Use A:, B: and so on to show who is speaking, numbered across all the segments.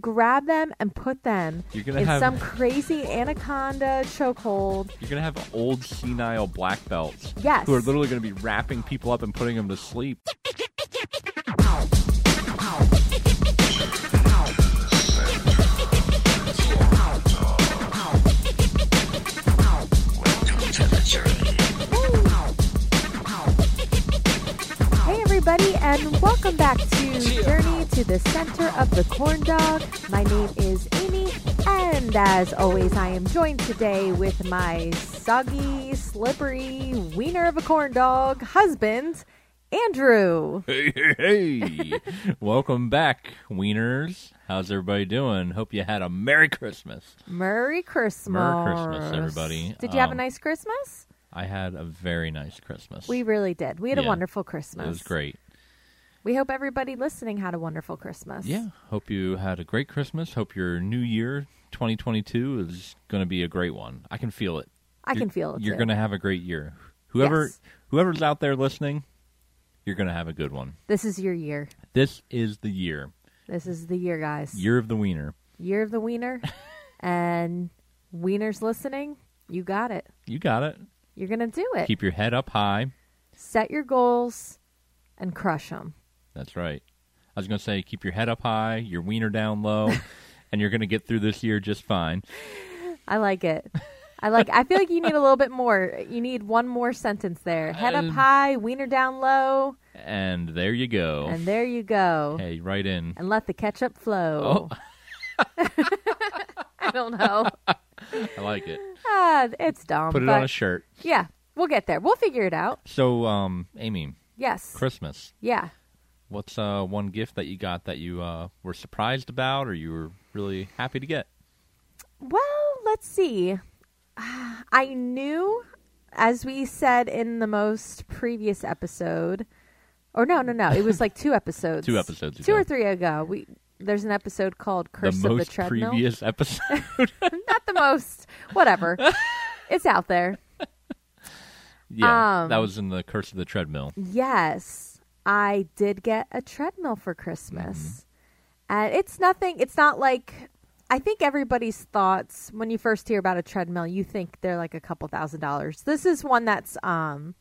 A: grab them and put them
B: You're gonna
A: in
B: have
A: some crazy anaconda chokehold.
B: you're gonna have old senile black belts
A: Yes.
B: who are literally gonna be wrapping people up and putting them to sleep.
A: Hey everybody, and welcome back to Journey to the Center of the Corn Dog. My name is Amy, and as always, I am joined today with my soggy, slippery wiener of a corn dog husband, Andrew.
B: Hey, hey, hey. Welcome back, wieners. How's everybody doing? Hope you had a Merry Christmas.
A: Merry Christmas,
B: everybody.
A: Did you have a
B: Um,
A: nice Christmas?
B: I had a very nice Christmas.
A: We really did. We had a
B: yeah.
A: wonderful
B: it
A: Christmas.
B: was great.
A: We hope everybody listening had a wonderful Christmas.
B: Yeah. Hope you had a great Christmas. Hope your new year 2022 is going to be a great one. I can feel it.
A: I can
B: You're-
A: feel it.
B: You're
A: too.
B: going to have a great year. Whoever
A: Yes.
B: whoever's out there listening, you're going to have a good one.
A: This is your year.
B: This is the year.
A: This is the year, guys.
B: Year of the wiener.
A: Year of the wiener, and wieners listening. You got it.
B: You got it.
A: You're gonna do it.
B: Keep your head up high.
A: Set your goals and crush them.
B: That's right. I was going to say keep your head up high, your wiener down low, and you're going to get through this year just fine.
A: I like it. I like. I feel like you need a little bit more. You need one more sentence there. Head up
B: Um,
A: high, wiener down low,
B: And there you go.
A: and there you go.
B: hey, right in.
A: And let the ketchup flow.
B: Oh.
A: I don't know.
B: I like it.
A: Ah, it's dumb.
B: Put it
A: but
B: on a shirt.
A: yeah, we'll get there. We'll figure it out.
B: So, um, Amy,
A: Yes.
B: Christmas.
A: Yeah.
B: What's uh, one gift that you got that you uh, were surprised about or you were really happy to get?
A: Well, let's see. Ah, I knew, as we said in the most previous episode, or no, no, no, it was like two episodes,
B: Two episodes
A: two or
B: ago.
A: three ago. We there's an episode called "Curse
B: the
A: of
B: most
A: the Treadmill."
B: previous episode.
A: Not the most, whatever. it's out there.
B: yeah,
A: Um,
B: that was in the Curse of the Treadmill.
A: Yes, I did get a treadmill for
B: Mm-hmm.
A: Christmas. And it's nothing, it's not like I think everybody's thoughts when you first hear about a treadmill, you think they're like a couple thousand dollars. This is one that's um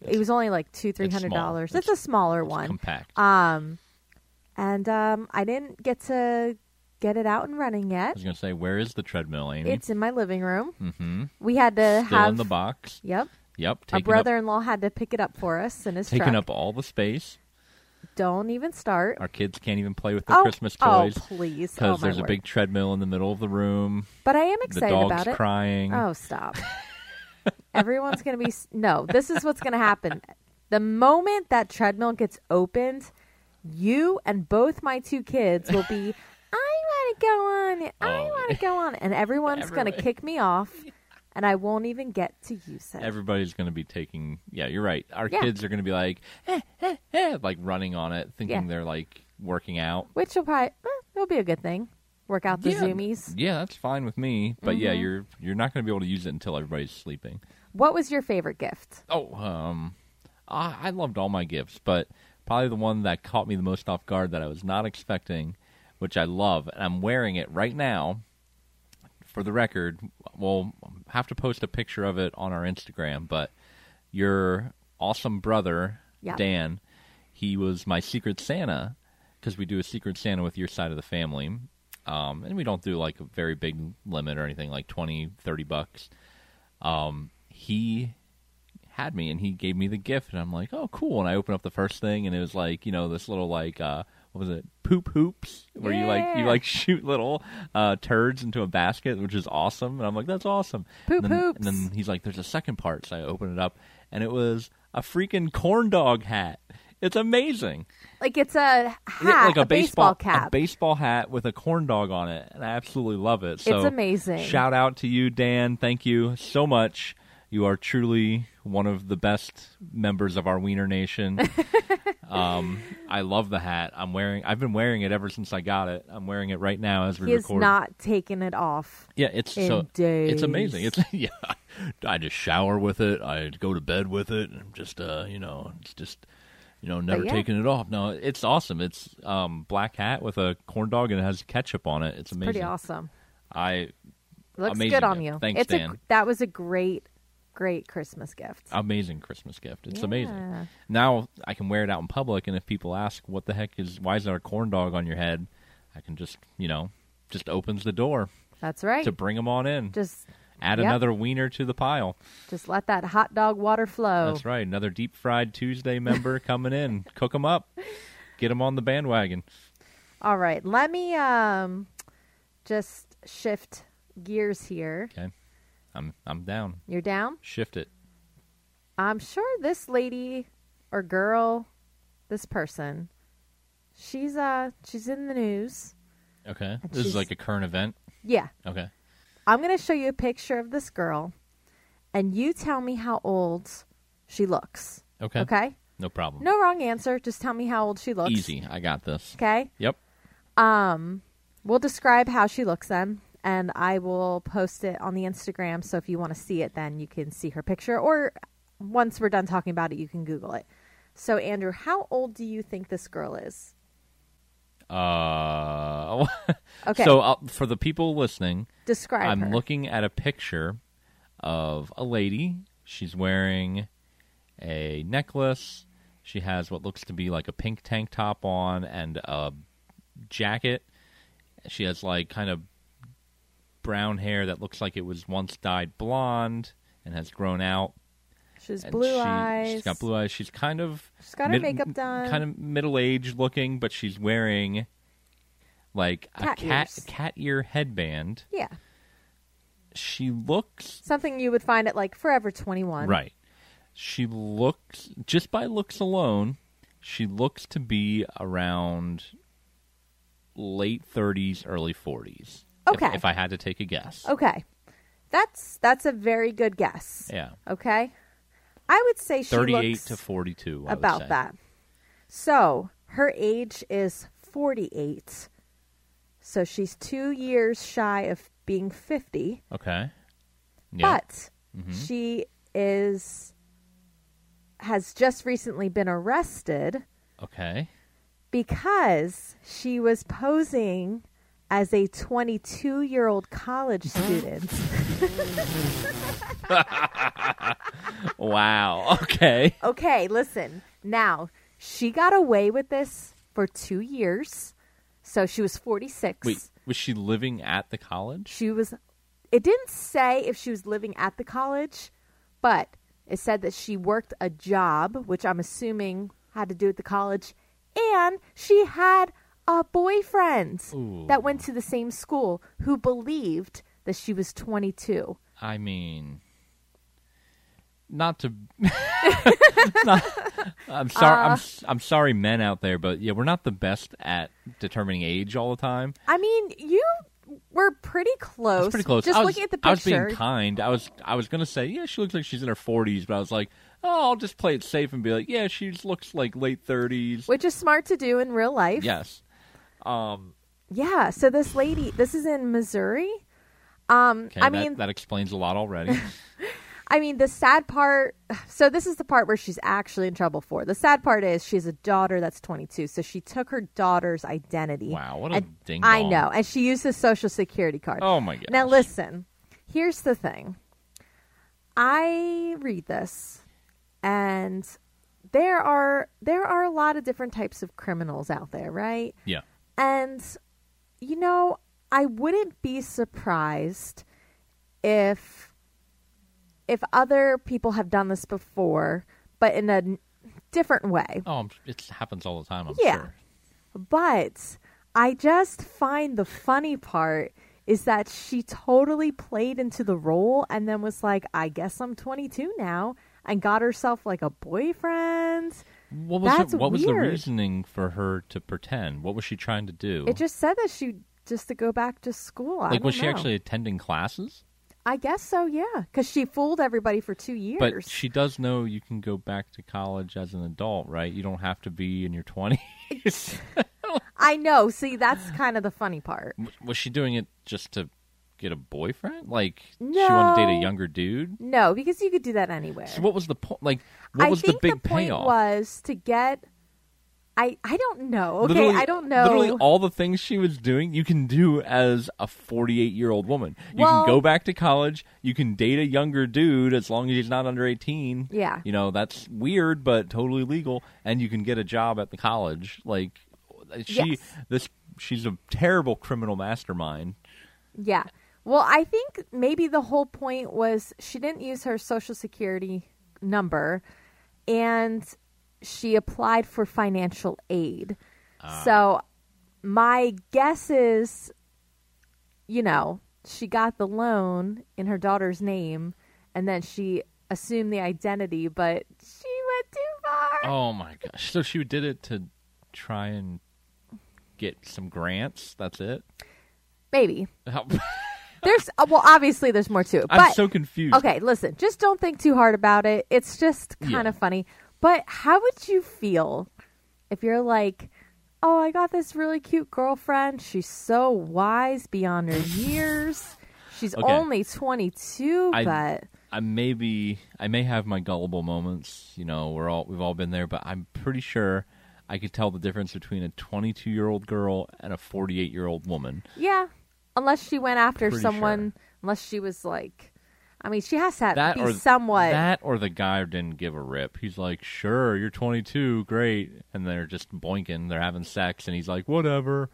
A: it was only like two, three
B: it's
A: hundred
B: small.
A: dollars. It's,
B: It's-
A: a smaller one.
B: Compact.
A: um and um I didn't get to get it out and running
B: I
A: yet.
B: was going to say, where is the treadmill, Amy?
A: It's in my living room.
B: mm-hmm.
A: We had to
B: Still
A: have
B: in the box.
A: Yep.
B: Yep.
A: Our
B: Taking
A: brother
B: up,
A: in law had to pick it up for us in his
B: taking
A: truck.
B: up all the space.
A: Don't even start.
B: Our kids can't even play with their Christmas
A: oh,
B: toys
A: please.
B: because
A: oh, my
B: there's a
A: word.
B: big treadmill in the middle of the room.
A: But I am
B: The
A: excited
B: dog's
A: about it.
B: crying.
A: Oh, stop. Everyone's going to be. s- No, this is what's going to happen. The moment that treadmill gets opened, you and both my two kids will be, I want to go on it. I
B: Oh.
A: want to go on it. And everyone's going to
B: Everyone.
A: kick me off, and I won't even get to use it.
B: everybody's going to be taking. Yeah, you're right. Our
A: Yeah.
B: kids are going to be like, eh, eh, eh, like running on it, thinking
A: Yeah.
B: they're like working out.
A: Which will probably. eh, it'll be a good thing. Work out the
B: yeah,
A: zoomies.
B: Yeah, that's fine with me. But
A: Mm-hmm.
B: yeah, you're you're not going to be able to use it until everybody's sleeping.
A: What was your favorite gift?
B: Oh, um, I, I loved all my gifts, but probably the one that caught me the most off guard that I was not expecting, which I love, and I'm wearing it right now. For the record, we'll have to post a picture of it on our Instagram. But your awesome brother
A: Yeah.
B: Dan, he was my Secret Santa because we do a Secret Santa with your side of the family. Um, and we don't do like a very big limit or anything like 20, 30 bucks. Um, he had me and he gave me the gift and I'm like, oh cool. And I opened up the first thing and it was like, you know, this little like uh what was it? Poop hoops where you like you
A: Yeah.
B: like shoot little uh turds into a basket, which is awesome. And I'm like, that's awesome.
A: Poop
B: and then,
A: hoops.
B: And then he's like, there's a second part. So I open it up and it was a freaking corn dog hat. It's amazing.
A: Like it's a
B: Yeah,
A: hat,
B: like a,
A: baseball,
B: baseball,
A: cap.
B: a baseball hat with a corn dog on it, and I absolutely love it. So
A: amazing.
B: Shout out to you, Dan. Thank you so much. You are truly one of the best members of our Wiener Nation. um, I love the hat. I'm wearing. I've been wearing it ever since I got it. I'm wearing it right now as we
A: he has
B: record.
A: not taken it off.
B: yeah, it's
A: in
B: so
A: days.
B: it's amazing. It's yeah. I just shower with it. I go to bed with it. I'm just uh, you know, it's just. you know, never
A: yeah.
B: taking it off. No, it's awesome. It's um, black hat with a corn dog and it has ketchup on it. It's amazing.
A: Pretty awesome.
B: I
A: Looks
B: Amazing
A: good on
B: gift.
A: you.
B: Thanks,
A: it's A,
B: Dan. Uh,
A: that was a great, great Christmas gift.
B: amazing Christmas gift. It's
A: Yeah.
B: amazing. Now I can wear it out in public, and if people ask, "What the heck is? Why is there a corn dog on your head?" I can just, you know, just opens the door
A: That's right.
B: to bring them on in.
A: just,
B: Add
A: yep.
B: another wiener to the pile.
A: just let that hot dog water flow.
B: That's right. Another deep fried Tuesday member coming in. Cook them up. Get them on the bandwagon.
A: All right, let me um, just shift gears here.
B: Okay, I'm I'm down.
A: You're down.
B: Shift it.
A: I'm sure this lady or girl, this person, she's uh, she's in the news.
B: Okay. This
A: she's-
B: is like a current event.
A: Yeah,
B: Okay.
A: I'm gonna show you a picture of this girl, and you tell me how old she looks.
B: Okay.
A: okay?
B: No problem.
A: No wrong answer. Just tell me how old she looks.
B: Easy. I got this.
A: Okay.
B: Yep.
A: We'll describe how she looks then, and I will post it on the Instagram. So if you want to see it, then you can see her picture, or once we're done talking about it, you can Google it. So, Andrew, how old do you think this girl is?
B: Uh.
A: Okay.
B: So uh, for the people listening,
A: describe
B: I'm
A: her.
B: looking at a picture of a lady. She's wearing a necklace. She has what looks to be like a pink tank top on and a jacket. She has like kind of brown hair that looks like it was once dyed blonde and has grown out.
A: she's
B: And
A: blue
B: she,
A: eyes.
B: She's got blue eyes. She's kind of
A: She's got her makeup done.
B: Kind of middle aged looking, but she's wearing like
A: Cat
B: a cat
A: ears.
B: cat ear headband.
A: Yeah,
B: She looks
A: something you would find at like Forever 21.
B: right. She looks just by looks alone. She looks to be around late 30s, early 40s. if-
A: Okay.
B: If, I had to take a guess.
A: Okay, that's that's a very good guess.
B: Yeah.
A: Okay, I would say she
B: 38
A: looks
B: to 42. I would say.
A: about that. So her age is 48. So she's two years shy of being 50,
B: Okay. Yeah. Mm-hmm.
A: but she is has just recently been arrested
B: okay.
A: because she was posing as a 22 year old college student.
B: Wow. Okay.
A: Okay, listen. Now, she got away with this for two years. So she was 46.
B: Wait, was she living at the college?
A: she was it didn't say if she was living at the college but it said that she worked a job which i'm assuming had to do with the college and she had a boyfriend
B: Ooh.
A: that went to the same school who believed that she was 22
B: I mean, not to. not, I'm sorry.
A: Uh.
B: I'm, s- I'm sorry, men out there, but yeah, we're not the best at determining age all the time.
A: i mean you were pretty close
B: I was pretty close.
A: Oh, just
B: I was-
A: looking at the
B: I was being
A: picture
B: kind. I was. I was gonna say, yeah, she looks like she's in her 40s, but I was like, oh, I'll just play it safe and be like, yeah, she just looks like late 30s.
A: which is smart to do in real life
B: Yes.
A: yeah so this lady this is in missouri um
B: Okay.
A: i
B: that,
A: mean
B: that explains a lot already.
A: I mean, the sad part. So this is the part where she's actually in trouble for. The sad part is she has a daughter that's 22, so she took her daughter's identity.
B: Wow, what a
A: And
B: ding
A: I
B: dong.
A: know, and she used his social security card.
B: oh my god.
A: Now listen, here's the thing. I read this, and there are there are a lot of different types of criminals out there, right?
B: Yeah.
A: And, you know, I wouldn't be surprised if if other people have done this before, but in a n- different way.
B: Oh, I'm, it happens all the time. I'm
A: Yeah.
B: sure.
A: But I just find the funny part is that she totally played into the role and then was like, I guess I'm 22 now, and got herself like a boyfriend.
B: What was
A: That's
B: it, what was
A: weird.
B: the reasoning for her to pretend? What was she trying to do?
A: It just said that she just to go back to school. I
B: like was
A: don't
B: she
A: know.
B: actually attending classes?
A: I guess so, yeah. Because she fooled everybody for two years.
B: But she does know you can go back to college as an adult, right? You don't have to be in your 20s.
A: I know. See, that's kind of the funny part.
B: was she doing it just to get a boyfriend? Like she wanted to date
A: No.
B: a younger dude?
A: No, because you could do that anywhere.
B: So what was the point? Like what
A: I
B: was
A: think
B: the big
A: point
B: payoff?
A: was to get I, I don't know. Okay,
B: Literally-
A: I don't know.
B: Literally all the things she was doing, you can do as a 48 year old woman. You
A: Well-
B: can go back to college. You can date a younger dude as long as he's not under 18.
A: Yeah.
B: You know, that's weird, but totally legal. And you can get a job at the college. Like, she,
A: Yes.
B: this, she's a terrible criminal mastermind.
A: Yeah. Well, I think maybe the whole point was she didn't use her social security number and she applied for financial aid.
B: Ah.
A: So my guess is you know, she got the loan in her daughter's name and then she assumed the identity, but she went too far.
B: Oh my gosh. So she did it to try and get some grants. That's it.
A: Maybe.
B: How-
A: There's uh, well obviously there's more to it.
B: I'm
A: but
B: so confused.
A: Okay, listen, just don't think too hard about it. It's just kind
B: Yeah.
A: of funny. But how would you feel if you're like, oh, I got this really cute girlfriend. She's so wise beyond her years. She's
B: Okay.
A: only 22,
B: I-
A: but
B: I may be I may have my gullible moments, you know, we're all we've all been there, but I'm pretty sure I could tell the difference between a 22-year-old girl and a 48-year-old woman.
A: yeah, unless she went after
B: Pretty
A: someone, unless she was like, I mean, she has to have-
B: That
A: be
B: or
A: somewhat.
B: that or the guy didn't give a rip. He's like, "Sure, you're 22, great." And they're just boinking, they're having sex and he's like, "Whatever."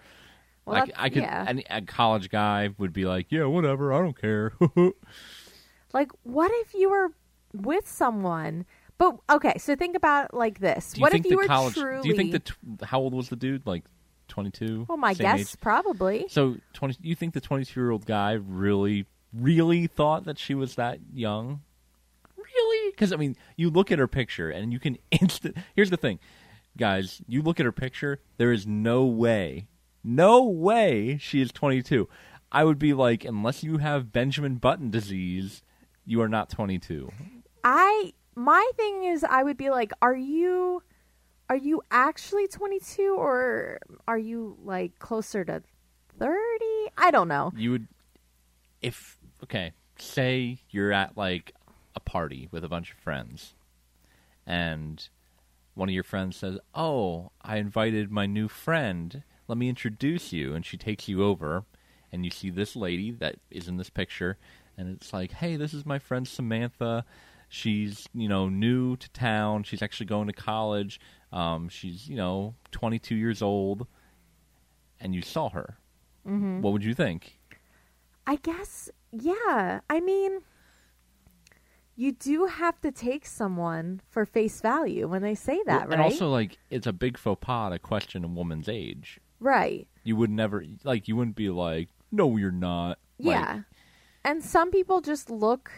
A: well,
B: like
A: that's-
B: I could
A: yeah.
B: any, a college guy would be like, "Yeah, whatever, I don't care."
A: Like, what if you were with someone? But okay, so think about it like this.
B: do you
A: what
B: think
A: if you
B: the
A: were
B: college
A: truly
B: do you think the tw- how old was the dude like 22
A: Well, my
B: Same
A: guess
B: age?
A: probably.
B: so 20 you think the 22 year old guy really really thought that she was that young really because i mean you look at her picture and you can instant here's the thing guys you look at her picture there is no way no way she is 22 i would be like unless you have benjamin button disease you are not 22
A: I my thing is I would be like, are you are you actually 22 or are you like closer to 30? I don't know.
B: you would if okay say you're at like a party with a bunch of friends and one of your friends says oh i invited my new friend let me introduce you and she takes you over and you see this lady that is in this picture and it's like hey this is my friend samantha she's you know new to town she's actually going to college um, she's you know 22 years old and you saw her what would you think
A: I guess yeah. I mean you do have to take someone for face value when they say that,
B: Well,
A: right?
B: And also, like, it's a big faux pas to question a woman's age.
A: right.
B: You would never, like, you wouldn't be like, no, you're not. Like,
A: Yeah. and some people just look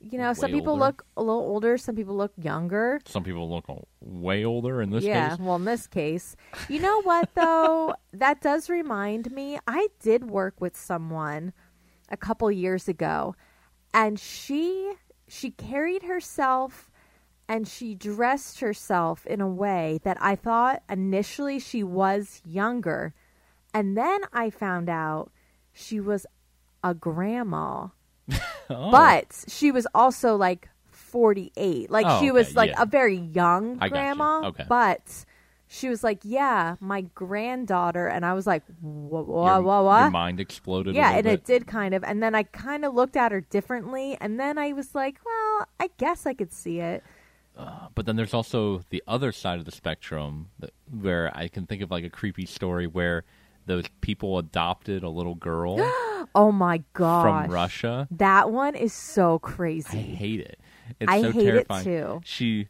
A: you know, some
B: Way
A: people
B: older.
A: look a little older, some people look younger.
B: some people look o- way older in this
A: yeah,
B: case.
A: well, in this case, you know what though? that does remind me. I did work with someone a couple years ago, and she she carried herself and she dressed herself in a way that I thought initially she was younger, and then I found out she was a grandma
B: Oh,
A: but she was also like 48 like
B: Oh,
A: she was
B: okay,
A: like
B: yeah.
A: a very young
B: I gotcha.
A: grandma
B: Okay.
A: but she was like yeah my granddaughter and i was like whoa whoa
B: your,
A: whoa
B: Your
A: whoa
B: mind exploded.
A: yeah
B: a
A: and
B: little
A: it did kind of and then i kind of looked at her differently and then i was like well i guess i could see it
B: bit. But then there's also the other side of the spectrum that, where I can think of like a creepy story where those people adopted a little girl
A: oh my gosh
B: from Russia.
A: that one is so
B: I
A: crazy
B: hate it. It's
A: I
B: so
A: hate it,
B: terrifying.
A: too.
B: She,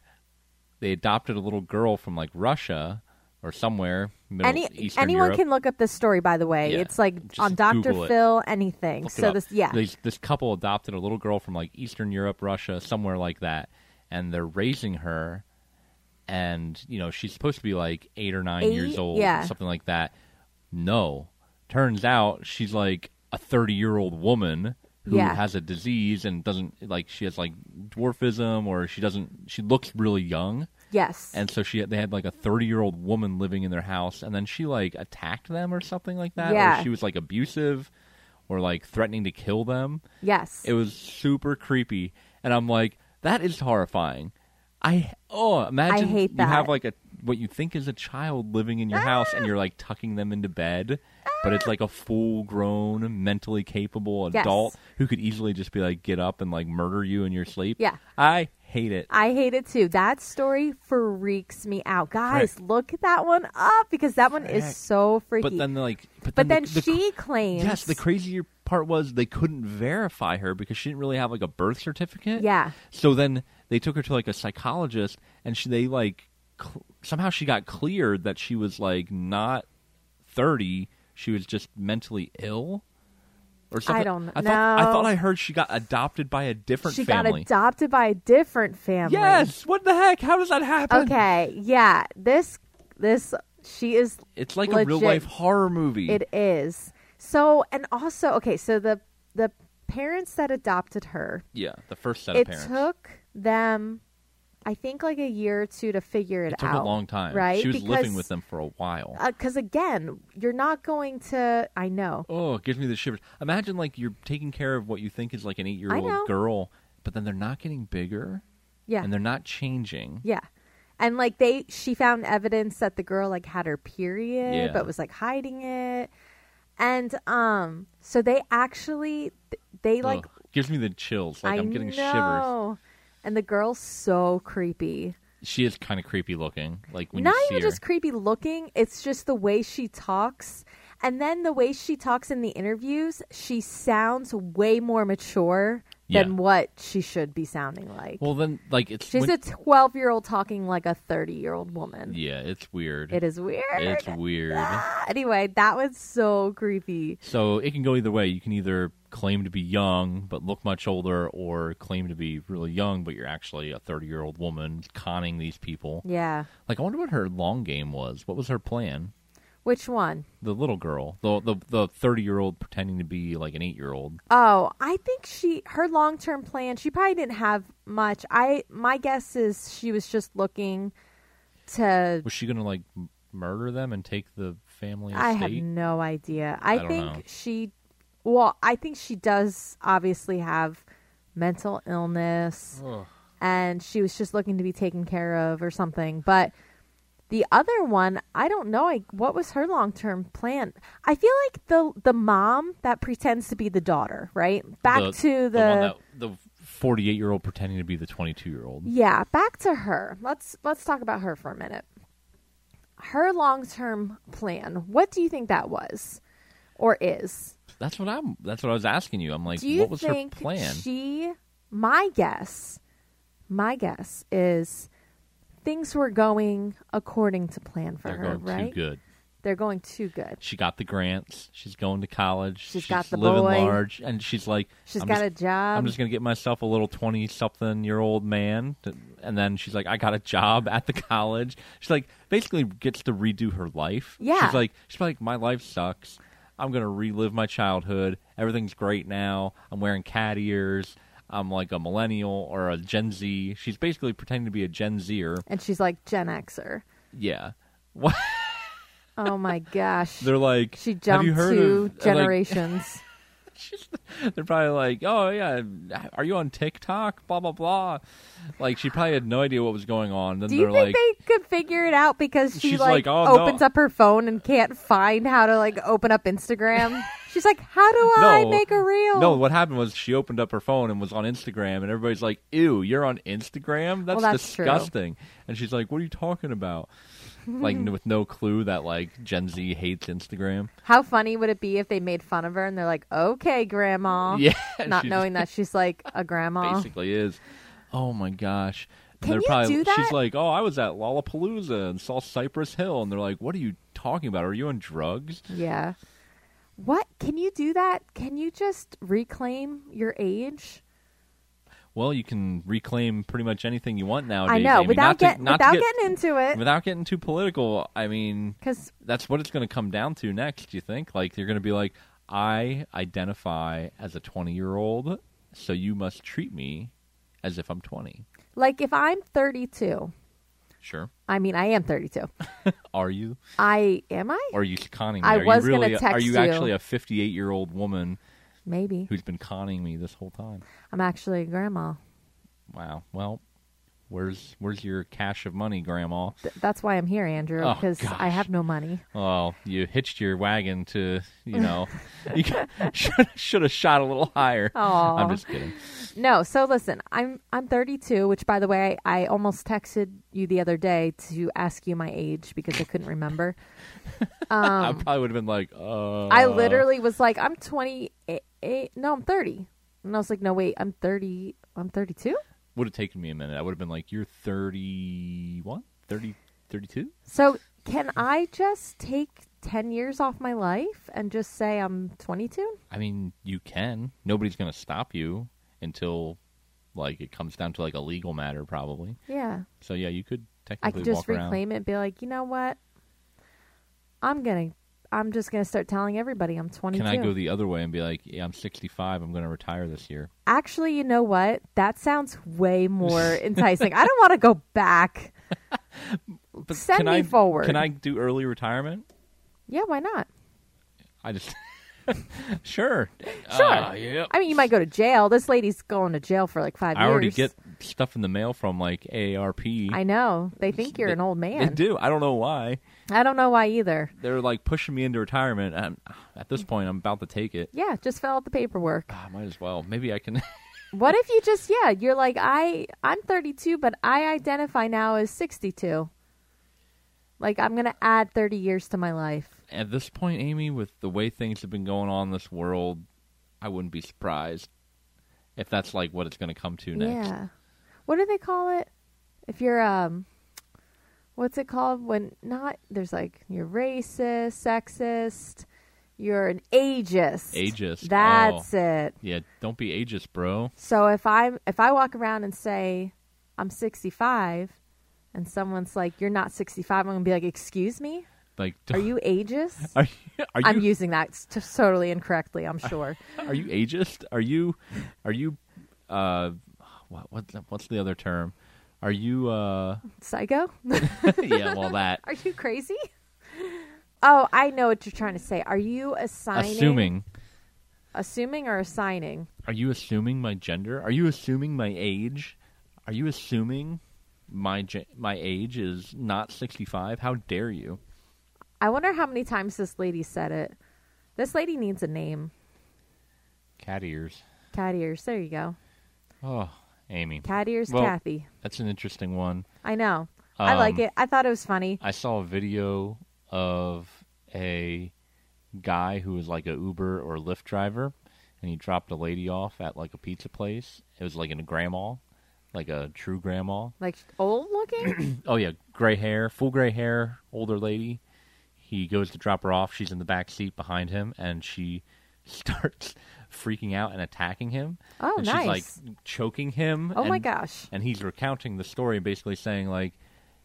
B: they adopted a little girl from like Russia or somewhere Middle
A: Any,
B: Eastern
A: anyone
B: Europe.
A: can look up this story, by the way.
B: Yeah,
A: It's like
B: just
A: on Dr.
B: Google it.
A: Phil, anything.
B: Look it
A: so
B: up.
A: this, yeah,
B: These- this couple adopted a little girl from like Eastern Europe, Russia, somewhere like that, and they're raising her, and you know she's supposed to be like eight or nine
A: Eight?
B: years old,
A: Yeah.
B: something like that. No, turns out she's like a thirty-year-old woman who
A: Yeah.
B: has a disease and doesn't like she has like dwarfism or she doesn't she looks really young
A: yes,
B: and so she they had like a 30 year old woman living in their house and then she like attacked them or something like that
A: Yeah.
B: or she was like abusive or like threatening to kill them
A: yes.
B: it was super creepy and i'm like that is horrifying i oh imagine
A: hate
B: you have
A: that.
B: like a what you think is a child living in your house, and you're like tucking them into bed, but it's like a full grown, mentally capable
A: Yes.
B: adult who could easily just be like get up and like murder you in your sleep.
A: Yeah.
B: I hate it.
A: I hate it too. That story freaks me out. Guys, look that one up because that one is
B: Frick.
A: so freaky.
B: But then like, but
A: But
B: then,
A: then
B: the, the-
A: she claims.
B: Yes, the crazier part was they couldn't verify her because she didn't really have like a birth certificate.
A: Yeah.
B: So then they took her to like a psychologist, and she they like cl- somehow she got cleared that she was like not thirty; she was just mentally ill. Or something.
A: don't
B: I thought, I
A: know.
B: thought I heard she got adopted by a different
A: she
B: family.
A: got adopted by a different family.
B: yes. What the heck? How does that happen?
A: Okay. Yeah. This. This. She is.
B: It's like
A: Legit.
B: a real life horror movie.
A: It is. So and also okay. So the the parents that adopted her.
B: yeah, the first set of
A: It
B: parents.
A: took them, I think, like a year or two to figure it,
B: It took
A: out.
B: a long time.
A: right?
B: She was living
A: Because-
B: with them for a while.
A: Because again, you're not going to. I know.
B: Oh, it gives me the shivers. Imagine like you're taking care of what you think is like an eight year
A: I know.
B: old girl, but then they're not getting bigger
A: Yeah.
B: and they're not changing.
A: Yeah. And like they she found evidence that the girl like had her period
B: Yeah.
A: but was like hiding it. And um so they actually th- they like
B: Ugh, gives me the chills. Like
A: I
B: am getting shivers.
A: know. And the girl's so creepy.
B: She is kind of creepy looking. Like when
A: Not
B: you see
A: even
B: her.
A: just creepy looking, it's just the way she talks. And then the way she talks in the interviews, she sounds way more mature than
B: Yeah.
A: what she should be sounding like.
B: Well, then like it's
A: She's
B: when-
A: a 12 year old talking like a 30 year old woman.
B: yeah, it's weird.
A: It is weird.
B: It's weird.
A: Anyway, that was so creepy.
B: So it can go either way. You can either claim to be young but look much older, or claim to be really young but you're actually a thirty year old woman conning these people.
A: Yeah.
B: Like I wonder what her long game was. What was her plan?
A: Which one?
B: the little girl, the the the thirty year old pretending to be like an eight year old.
A: Oh, I think she her long term plan. She probably didn't have much. I my guess is she was just looking to.
B: Was she gonna like m- murder them and take the family estate?
A: I have no idea. I,
B: I don't
A: think
B: know.
A: she. Well, I think she does obviously have mental illness,
B: Ugh.
A: and she was just looking to be taken care of or something. But the other one, I don't know. Like, what was her long term plan? I feel like the the mom that pretends to be the daughter, right? Back to the,
B: one that- the forty eight year old pretending to be the twenty two year old.
A: yeah, back to her. Let's let's talk about her for a minute. Her long term plan. What do you think that was, or is?
B: That's what I'm. That's what I was asking you. I'm like,
A: Do you
B: what was
A: think
B: her plan?
A: she? My guess, my guess is things were going according to plan for
B: They're
A: her.
B: going
A: right?
B: too good.
A: They're going too good.
B: She got the grants. She's going to college.
A: She's got the
B: living
A: boy.
B: large, and she's like,
A: She's
B: I'm
A: got
B: just-
A: a job.
B: I'm just gonna get myself a little twenty something year old man, to, and then she's like, I got a job at the college. She's like, basically gets to redo her life.
A: Yeah.
B: she's like, she's like, my life sucks. I'm gonna relive my childhood. Everything's great now. I'm wearing cat ears. I'm like a millennial or a Gen Z. She's basically pretending to be a Gen Zer.
A: and she's like Gen Xer.
B: Yeah. What?
A: Oh my gosh.
B: They're like,
A: she
B: "Have
A: jumped
B: you heard
A: two
B: of-" like,
A: generations.
B: They're probably like, "Oh yeah, are you on TikTok?" Blah blah blah. Like she probably had no idea what was going on. Then
A: Do
B: they're
A: you
B: like,
A: think they could figure it out because she
B: She's
A: like,
B: like, "Oh, no."
A: opens up her phone and can't find how to like open up Instagram? she's like, "How do I
B: No.
A: make a reel?"
B: "No." What happened was she opened up her phone and was on Instagram, and everybody's like, "Ew, you're on Instagram? That's,
A: that's true.
B: disgusting." And she's like, "What are you talking about?" like n- with no clue that like Gen Z hates Instagram.
A: How funny would it be if they made fun of her and they're like, "Okay, grandma."
B: Yeah,
A: Not
B: she's-
A: knowing that she's like a grandma.
B: basically is. Oh my gosh. And
A: Can
B: they're
A: you
B: probably,
A: do that?
B: She's like, oh, I was at Lollapalooza and saw Cypress Hill, and they're like, what are you talking about? Are you on drugs?
A: Yeah. What? Can you do that? Can you just reclaim your age?
B: Well, you can reclaim pretty much anything you want nowadays.
A: I know,
B: Amy.
A: without
B: Not to-
A: getting
B: not to
A: without
B: get-
A: getting into it.
B: without getting too political. I mean,
A: Cuz
B: that's what it's going to come down to next. Do you think? Like, you're going to be like, I identify as a 20 year old, so you must treat me as if I'm 20.
A: like if I'm 32,
B: Sure.
A: I mean I am 32.
B: Are you?
A: I am I?
B: Or are you conning me?
A: I
B: are
A: was
B: you
A: gonna
B: really? are
A: text
B: you
A: you.
B: actually a 58 year old woman
A: Maybe.
B: who's been conning me this whole time?
A: I'm actually a grandma.
B: Wow. Well, Where's where's your cache of money, Grandma?
A: Th- that's why I'm here, Andrew,
B: Oh,
A: because I
B: gosh.
A: have no money.
B: Well, you hitched your wagon to, you know, you should, should have shot a little higher.
A: Aw.
B: I'm just kidding.
A: No, so listen, I'm I'm 32, which by the way, I almost texted you the other day to ask you my age because I couldn't remember.
B: I probably would have been like, uh,
A: Um, I literally was like, I'm 28. No, I'm 30. And I was like, no, wait, I'm 30. I'm 32?
B: would have taken me a minute. I would have been like, you're 31, 30, 32.
A: So can I just take 10 years off my life and just say I'm 22?
B: I mean, you can. Nobody's going to stop you until like it comes down to like a legal matter, probably.
A: Yeah.
B: So yeah, you could
A: I
B: technically
A: could just
B: walk around.
A: reclaim it and be like, you know what? I'm going to, I'm just going to start telling everybody I'm 22.
B: Can I go the other way and be like, yeah, I'm 65. I'm going to retire this year.
A: Actually, you know what? That sounds way more enticing. I don't want to go back.
B: But
A: Send
B: can
A: me
B: I,
A: forward.
B: Can I do early retirement?
A: Yeah, why not?
B: I just sure,
A: Sure.
B: Uh, yeah.
A: I mean, you might go to jail. This lady's going to jail for like five
B: I
A: years.
B: already get stuff in the mail from like AARP.
A: I know. They think you're
B: They-
A: an old
B: they
A: man.
B: do. I don't know why
A: I don't know why either.
B: they're like pushing me into retirement. And at this point, I'm about to take it.
A: Yeah, just fill out the paperwork.
B: Ah, might as well. Maybe I can.
A: What if you just yeah, you're like I I'm 32 but I identify now as 62. Like I'm going to add 30 years to my life.
B: at this point, Amy, with the way things have been going on in this world, I wouldn't be surprised if that's like what it's going to come to next.
A: Yeah. What do they call it? If you're um what's it called when not there's like you're racist, sexist, you're an ageist.
B: Ageist. Oh.
A: That's it.
B: Yeah, don't be ageist, bro.
A: So if I'm if I walk around and say I'm 65, and someone's like, "You're not 65," I'm gonna be like, "Excuse me,
B: Like,
A: are
B: don't,
A: you ageist?"
B: are you are
A: I'm
B: you,
A: using that s- t- totally incorrectly. I'm sure.
B: are you ageist? Are you are you uh what what's the- what's the other term? Are you uh
A: Psycho?
B: yeah, well that
A: Are you crazy? Oh, I know what you're trying to say. Are you assigning?
B: assuming
A: Assuming or assigning?
B: are you assuming my gender? Are you assuming my age? Are you assuming my ge- my age is not 65? How dare you?
A: I wonder how many times this lady said it. This lady needs a name.
B: Cat ears.
A: Cat ears. There you go.
B: Oh, Amy.
A: Cat ears.
B: Well-
A: Kathy.
B: That's an interesting one.
A: I know. I like
B: Um,
A: it. I thought it was funny.
B: I saw a video of a guy who was like a Uber or Lyft driver, and he dropped a lady off at like a pizza place. It was like in a grandma, like a true grandma.
A: Like old looking?
B: Oh yeah, gray hair, full gray hair, older lady. He goes to drop her off. She's in the back seat behind him, and she starts freaking out and attacking him.
A: Oh,
B: and
A: nice.
B: She's like choking him.
A: Oh my
B: and-
A: gosh.
B: and he's recounting the story and basically saying like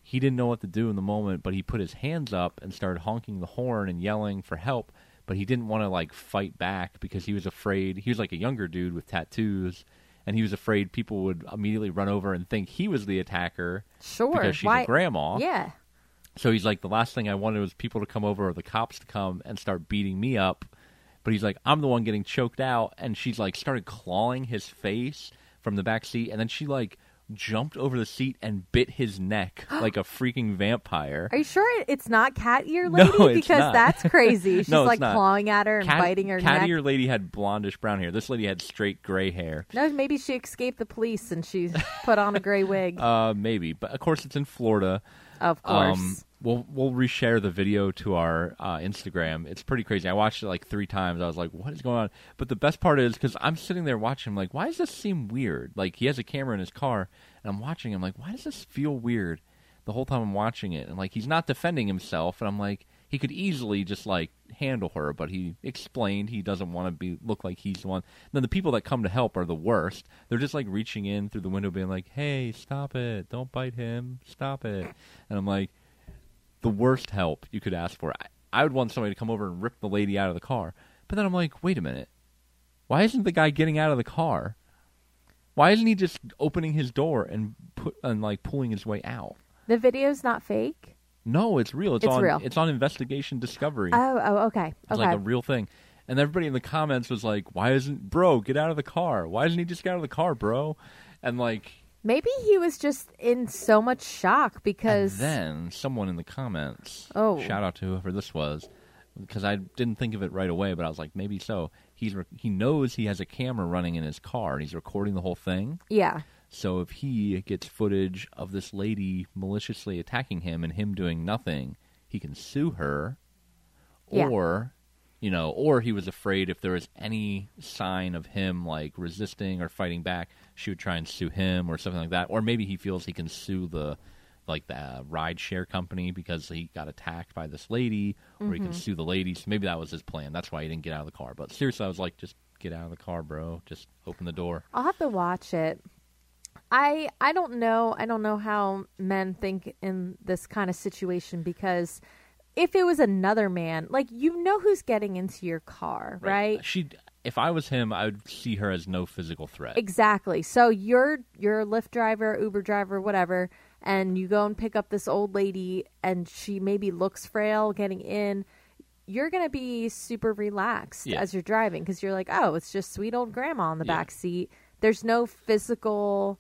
B: he didn't know what to do in the moment but he put his hands up and started honking the horn and yelling for help but he didn't want to like fight back because he was afraid he was like a younger dude with tattoos and he was afraid people would immediately run over and think he was the attacker
A: Sure.
B: because she's
A: Why-
B: a grandma
A: Yeah.
B: so he's like, the last thing I wanted was people to come over or the cops to come and start beating me up. But he's like, I'm the one getting choked out. And she's like, started clawing his face from the back seat. And then she like jumped over the seat and bit his neck like a freaking vampire.
A: Are you sure it- it's not cat ear
B: No,
A: lady?
B: it's
A: because
B: not.
A: that's crazy. She's
B: No, it's
A: like
B: not.
A: clawing at her and biting her
B: cat
A: neck.
B: ear lady had blondish brown hair. This lady had straight gray hair.
A: No, maybe she escaped the police and she put on a gray wig.
B: Uh, maybe. But of course, it's in Florida.
A: of
B: Um,
A: course.
B: we'll we'll reshare the video to our uh, Instagram. It's pretty crazy. I watched it like three times. I was like, "What is going on?" But the best part is because I'm sitting there watching. him, like, why does this seem weird? Like he has a camera in his car, and I'm watching him. Like, why does this feel weird? The whole time I'm watching it, and like he's not defending himself, and I'm like, he could easily just like handle her, but he explained he doesn't want to be look like he's the one. Then the people that come to help are the worst. They're just like reaching in through the window, being like, "Hey, stop it! Don't bite him! Stop it!" And I'm like the worst help you could ask for. I, I would want somebody to come over and rip the lady out of the car. But then I'm like, wait a minute. Why isn't the guy getting out of the car? Why isn't he just opening his door and put and like pulling his way out?
A: The video's not fake?
B: No, it's real. It's,
A: It's
B: on
A: real.
B: it's on investigation discovery.
A: Oh, oh, okay.
B: It's
A: okay.
B: like a real thing. And everybody in the comments was like, "Why isn't bro get out of the car? Why doesn't he just get out of the car, bro?" And like
A: Maybe he was just in so much shock
B: And
A: because
B: then someone in the comments,
A: Oh.
B: shout out to whoever this was, because I didn't think of it right away, but I was like, maybe so. He's re- he knows he has a camera running in his car and he's recording the whole thing.
A: yeah,
B: So if he gets footage of this lady maliciously attacking him and him doing nothing, he can sue her.
A: Yeah.
B: Or, you know, or he was afraid if there was any sign of him like resisting or fighting back, she would try and sue him or something like that. Or maybe he feels he can sue the like the uh, ride share company because he got attacked by this lady or he can sue the lady. So maybe that was his plan. That's why he didn't get out of the car. But seriously, I was like just get out of the car, bro. Just open the door.
A: I'll have to watch it. I I don't know. I don't know how men think in this kind of situation because if it was another man, like you know who's getting into your car, right?
B: She, if I was him, I would see her as no physical threat.
A: Exactly. So you're you're a Lyft driver, Uber driver, whatever, and you go and pick up this old lady and she maybe looks frail getting in. You're going to be super relaxed
B: Yeah.
A: as you're driving because you're like, "Oh, it's just sweet old grandma in the
B: Yeah.
A: back seat. There's no physical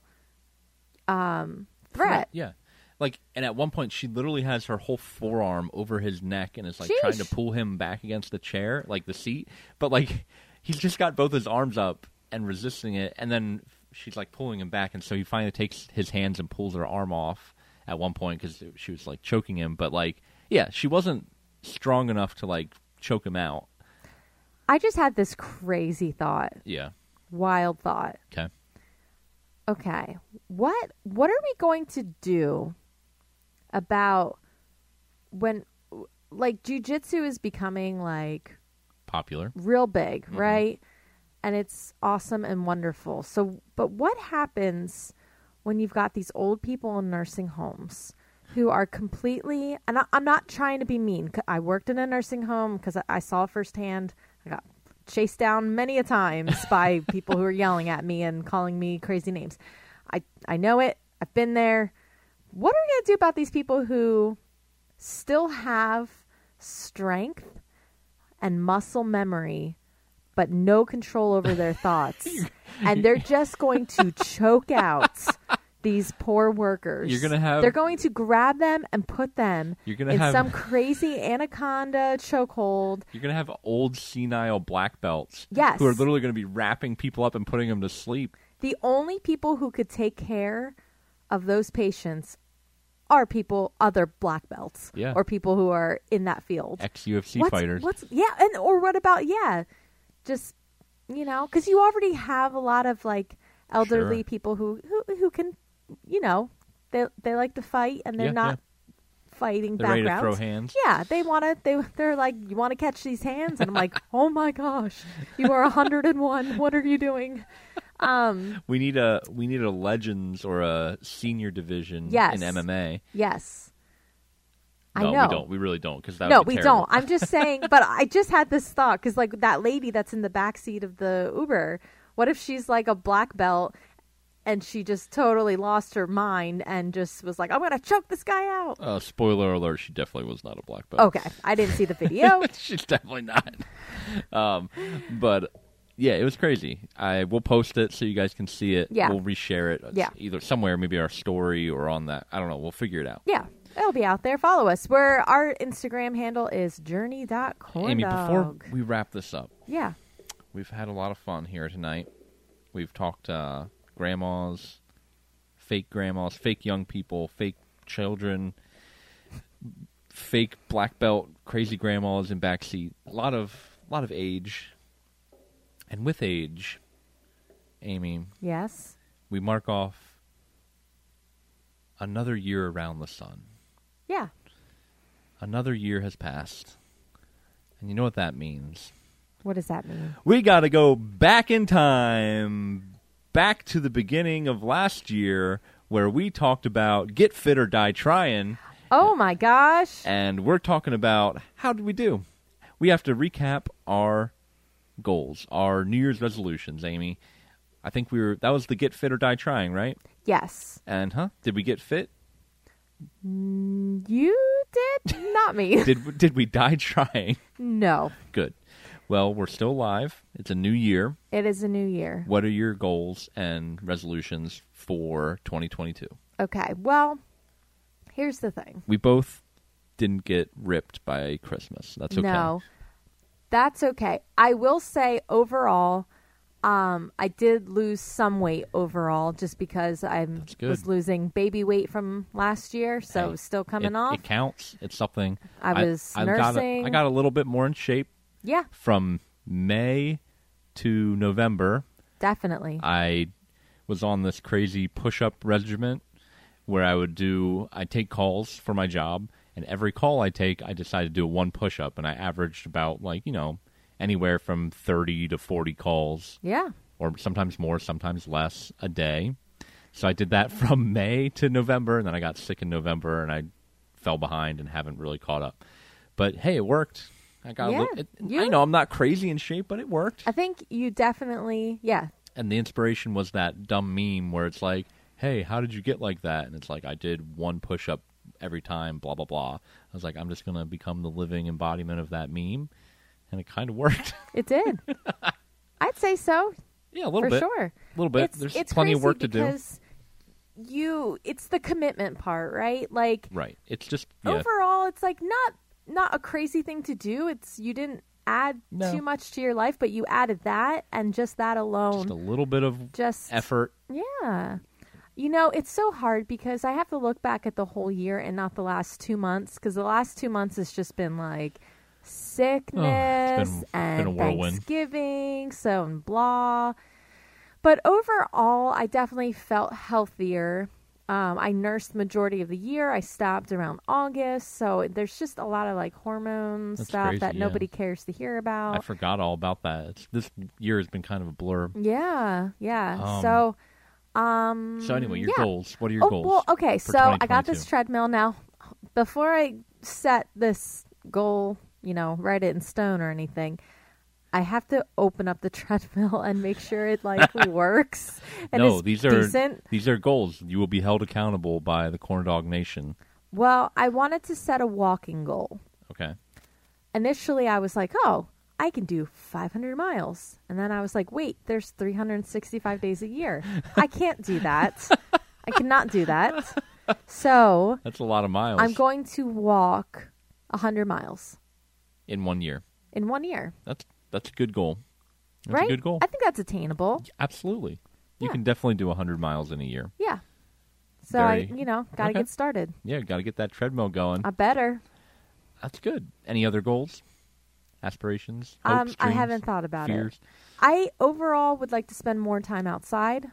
A: um threat."
B: Yeah. Like, and at one point, she literally has her whole forearm over his neck and is like trying to
A: Sheesh.
B: pull him back against the chair, like the seat. But like, he's just got both his arms up and resisting it. And then she's like pulling him back. And so he finally takes his hands and pulls her arm off at one point because she was like choking him. But like, yeah, she wasn't strong enough to like choke him out.
A: I just had this crazy thought,
B: Yeah.
A: wild thought.
B: Okay.
A: Okay. What what are we going to do about when like jujitsu is becoming like
B: Popular.
A: real big, right? And it's awesome and wonderful. So but what happens when you've got these old people in nursing homes who are completely and I, I'm not trying to be mean. 'cause I worked in a nursing home cuz I, I saw firsthand. I got chased down many a times by people who are yelling at me and calling me crazy names. I I know it. I've been there. What are we going to do about these people who still have strength and muscle memory but no control over their thoughts and they're just going to choke out these poor workers.
B: You're gonna have-
A: They're going to grab them and put them
B: You're gonna
A: in
B: have-
A: some crazy anaconda chokehold
B: You're gonna have old senile black belts,
A: Yes.
B: who are literally gonna be wrapping people up and putting them to sleep.
A: the only people who could take care of those patients are people other black belts
B: Yeah.
A: or people who are in that field
B: Ex UFC
A: what's,
B: fighters.
A: what's yeah and or what about yeah just you know because you already have a lot of like elderly
B: Sure.
A: people who, who who can you know they they like to fight and they're
B: Yeah,
A: not fighting
B: They're ready to
A: backgrounds
B: throw hands.
A: yeah, they want to. They they're like, you want to catch these hands, and I'm like, oh my gosh, you are 101. What are you doing? Um,
B: We need a we need a legends or a senior division
A: Yes.
B: in MMA.
A: Yes.
B: No,
A: I know.
B: we don't. We really don't because that
A: no,
B: would be
A: we
B: terrible.
A: don't. I'm just saying, but I just had this thought because, like, that lady that's in the back seat of the Uber, what if she's like a black belt and she just totally lost her mind and just was like, I'm going to choke this guy out?
B: Uh, spoiler alert: She definitely was not a black belt.
A: Okay. I didn't see the video.
B: she's definitely not. Um, but yeah, it was crazy. I will post it so you guys can see it.
A: Yeah.
B: we'll reshare it. It's
A: Yeah.
B: either somewhere, maybe our story or on that. I don't know. We'll figure it out.
A: yeah. It'll be out there. Follow us. Where our Instagram handle is journey.corndog.
B: Amy, before we wrap this up,
A: Yeah.
B: We've had a lot of fun here tonight. We've talked uh, grandmas, fake grandmas, fake young people, fake children, fake black belt, crazy grandmas in backseat. A lot of lot of age, and with age, Amy,
A: Yes.
B: we mark off another year around the sun.
A: Yeah.
B: Another year has passed, and you know what that means.
A: What does that mean?
B: We got to go back in time, back to the beginning of last year where we talked about get fit or die trying,
A: Oh my gosh.
B: and we're talking about how did we do? We have to recap our goals, our New Year's resolutions, Amy. I think we were that was the get fit or die trying, right?
A: Yes.
B: And huh, did we get fit?
A: You did? Not me.
B: Did did we die trying?
A: no.
B: Good. Well, we're still alive. It's a new year.
A: It is a new year.
B: What are your goals and resolutions for 2022?
A: Okay. Well, here's the thing.
B: We both didn't get ripped by Christmas. That's okay.
A: No, that's okay. I will say overall, um, I did lose some weight overall just because I
B: That's good.
A: was losing baby weight from last year, so
B: Hey,
A: still coming
B: it,
A: off.
B: It counts. It's something.
A: I was
B: Got a,
A: nursing.
B: I got a little bit more in shape
A: yeah,
B: from May to November.
A: definitely.
B: I was on this crazy push-up regimen where I would do I take calls for my job and every call I take I decided to do one push-up and I averaged about like, you know, anywhere from 30 to 40 calls
A: yeah.
B: or sometimes more, sometimes less a day. So I did that from May to November, and then I got sick in November, and I fell behind and haven't really caught up. But hey, it worked. I got.
A: Yeah,
B: a little, it, I
A: you-
B: know I'm not crazy in shape, but it worked.
A: I think you definitely, yeah,
B: And the inspiration was that dumb meme where it's like, "Hey, how did you get like that?" And it's like, "I did one push up every time." Blah blah blah. I was like, "I'm just gonna become the living embodiment of that meme," and it kind of worked.
A: it did. I'd say so.
B: yeah, a little
A: for
B: bit.
A: sure.
B: A little bit.
A: It's,
B: There's
A: it's
B: plenty
A: crazy
B: of work to do.
A: because You, it's the commitment part, right? Like
B: Right. It's just yeah.
A: overall, it's like not not a crazy thing to do. It's you didn't add
B: No.
A: too much to your life, but you added that, and just that alone,
B: just a little bit of
A: just
B: effort.
A: yeah. You know, it's so hard because I have to look back at the whole year and not the last two months because the last two months has just been like
B: Oh,
A: sickness
B: been a
A: and
B: whirlwind.
A: Thanksgiving, so and blah. But overall, I definitely felt healthier. Um, I nursed the majority of the year. I stopped around August, so there's just a lot of like hormone
B: That's
A: stuff
B: crazy,
A: that
B: yeah.
A: nobody cares to hear about.
B: I forgot all about that. It's, this year has been kind of a blur.
A: yeah, yeah.
B: Um,
A: so
B: So anyway, your
A: yeah.
B: goals. Um, What are your goals?
A: Oh, Well, okay,
B: for
A: so I got
B: 2022?
A: this treadmill now. Before I set this goal, you know, write it in stone or anything, I have to open up the treadmill and make sure it like works and
B: no,
A: is
B: these are
A: decent.
B: these are goals. You will be held accountable by the Corn Dog Nation.
A: Well, I wanted to set a walking goal.
B: Okay.
A: Initially, I was like, "Oh, I can do 500 miles," and then I was like, "Wait, there's 365 days a year. I can't do that. I cannot do that." So
B: That's a lot of miles
A: I'm going to walk 100 miles
B: in one year.
A: in one year.
B: That's that's a good goal. That's
A: right?
B: a good goal.
A: I think that's attainable.
B: Absolutely. You
A: Yeah.
B: can definitely do 100 miles in a year.
A: Yeah. So I,
B: Very-
A: you know, got to
B: okay.
A: get started.
B: Yeah, got to get that treadmill going.
A: I better.
B: That's good. Any other goals? Aspirations?
A: Um,
B: hopes,
A: I
B: dreams,
A: haven't thought about
B: fears?
A: it. I overall would like to spend more time outside.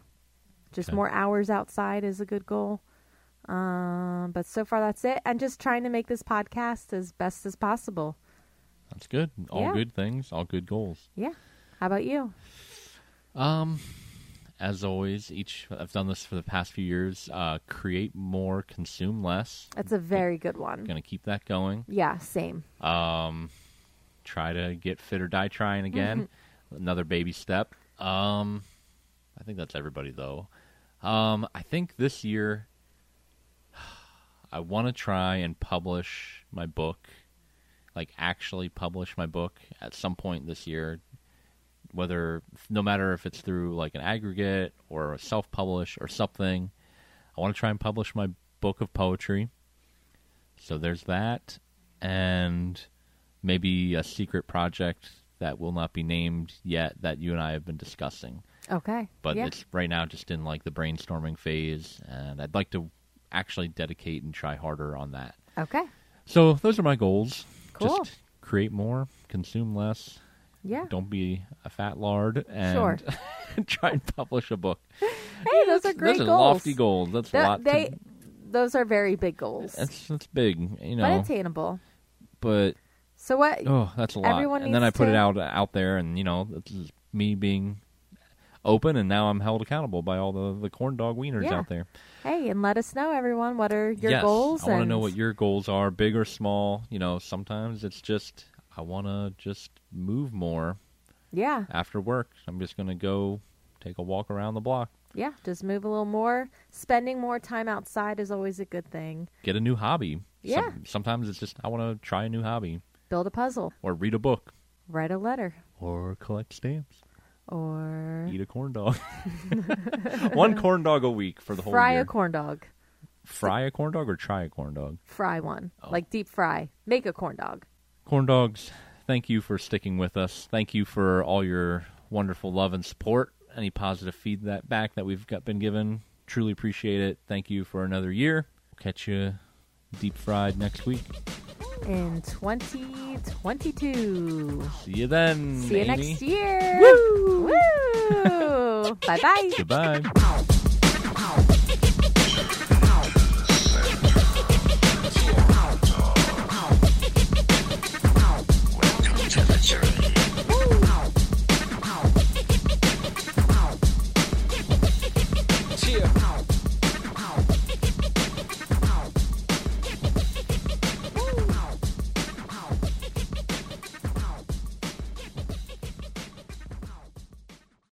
A: Just
B: Okay.
A: more hours outside is a good goal. Um, but so far that's it. And just trying to make this podcast as best as possible.
B: That's good. All
A: Yeah.
B: good things, all good goals.
A: Yeah. How about you?
B: Um, as always, each I've done this for the past few years. Uh, create more, consume less.
A: That's a very good one.
B: Gonna keep that going.
A: Yeah, same.
B: Try to get fit or die trying again. Another baby step. Um, I think that's everybody though. Um, I think this year I want to try and publish my book, like actually publish my book at some point this year. Whether no matter if it's through like an aggregate or a self-publish or something, I want to try and publish my book of poetry. So there's that, and maybe a secret project that will not be named yet that you and I have been discussing
A: Okay.
B: but
A: yeah.
B: it's right now just in like the brainstorming phase and i'd like to actually dedicate and try harder on that
A: Okay.
B: so those are my goals
A: Cool.
B: just create more consume less
A: Yeah.
B: don't be a fat lard and
A: Sure.
B: try and publish a book
A: Hey, those are great
B: those are
A: goals.
B: lofty goals that's a
A: Th-
B: lot
A: they,
B: to,
A: those are very big goals,
B: that's, that's big
A: but
B: you know
A: attainable.
B: but
A: So what?
B: oh that's a lot
A: Everyone
B: and then i
A: needs
B: put it
A: to-
B: out out there and you know this is me being open and now i'm held accountable by all the the corn dog wieners
A: Yeah.
B: out there
A: Hey, and let us know, everyone. What are your
B: yes,
A: goals?
B: I want to
A: and-
B: know what your goals are, big or small. You know, sometimes it's just I want to just move more
A: Yeah,
B: after work. I'm just going to go take a walk around the block,
A: yeah. Just move a little more. Spending more time outside is always a good thing.
B: get a new hobby. Some-
A: Yeah.
B: sometimes it's just I want to try a new hobby
A: Build a puzzle.
B: or read a book.
A: Write a letter.
B: or collect stamps,
A: Or
B: eat a corn dog. One corn dog a week for the whole
A: fry
B: year.
A: a corn dog.
B: fry a corn dog or try a corn dog.
A: Fry one.
B: Oh.
A: Like deep fry. Make a corn dog.
B: Corn dogs, thank you for sticking with us. Thank you for all your wonderful love and support. Any positive feedback back that we've got been given, truly appreciate it. Thank you for another year. Catch you deep fried next week.
A: In 2022.
B: See you then.
A: See you
B: Amy.
A: next year. Woo! Woo! bye bye.
B: Goodbye.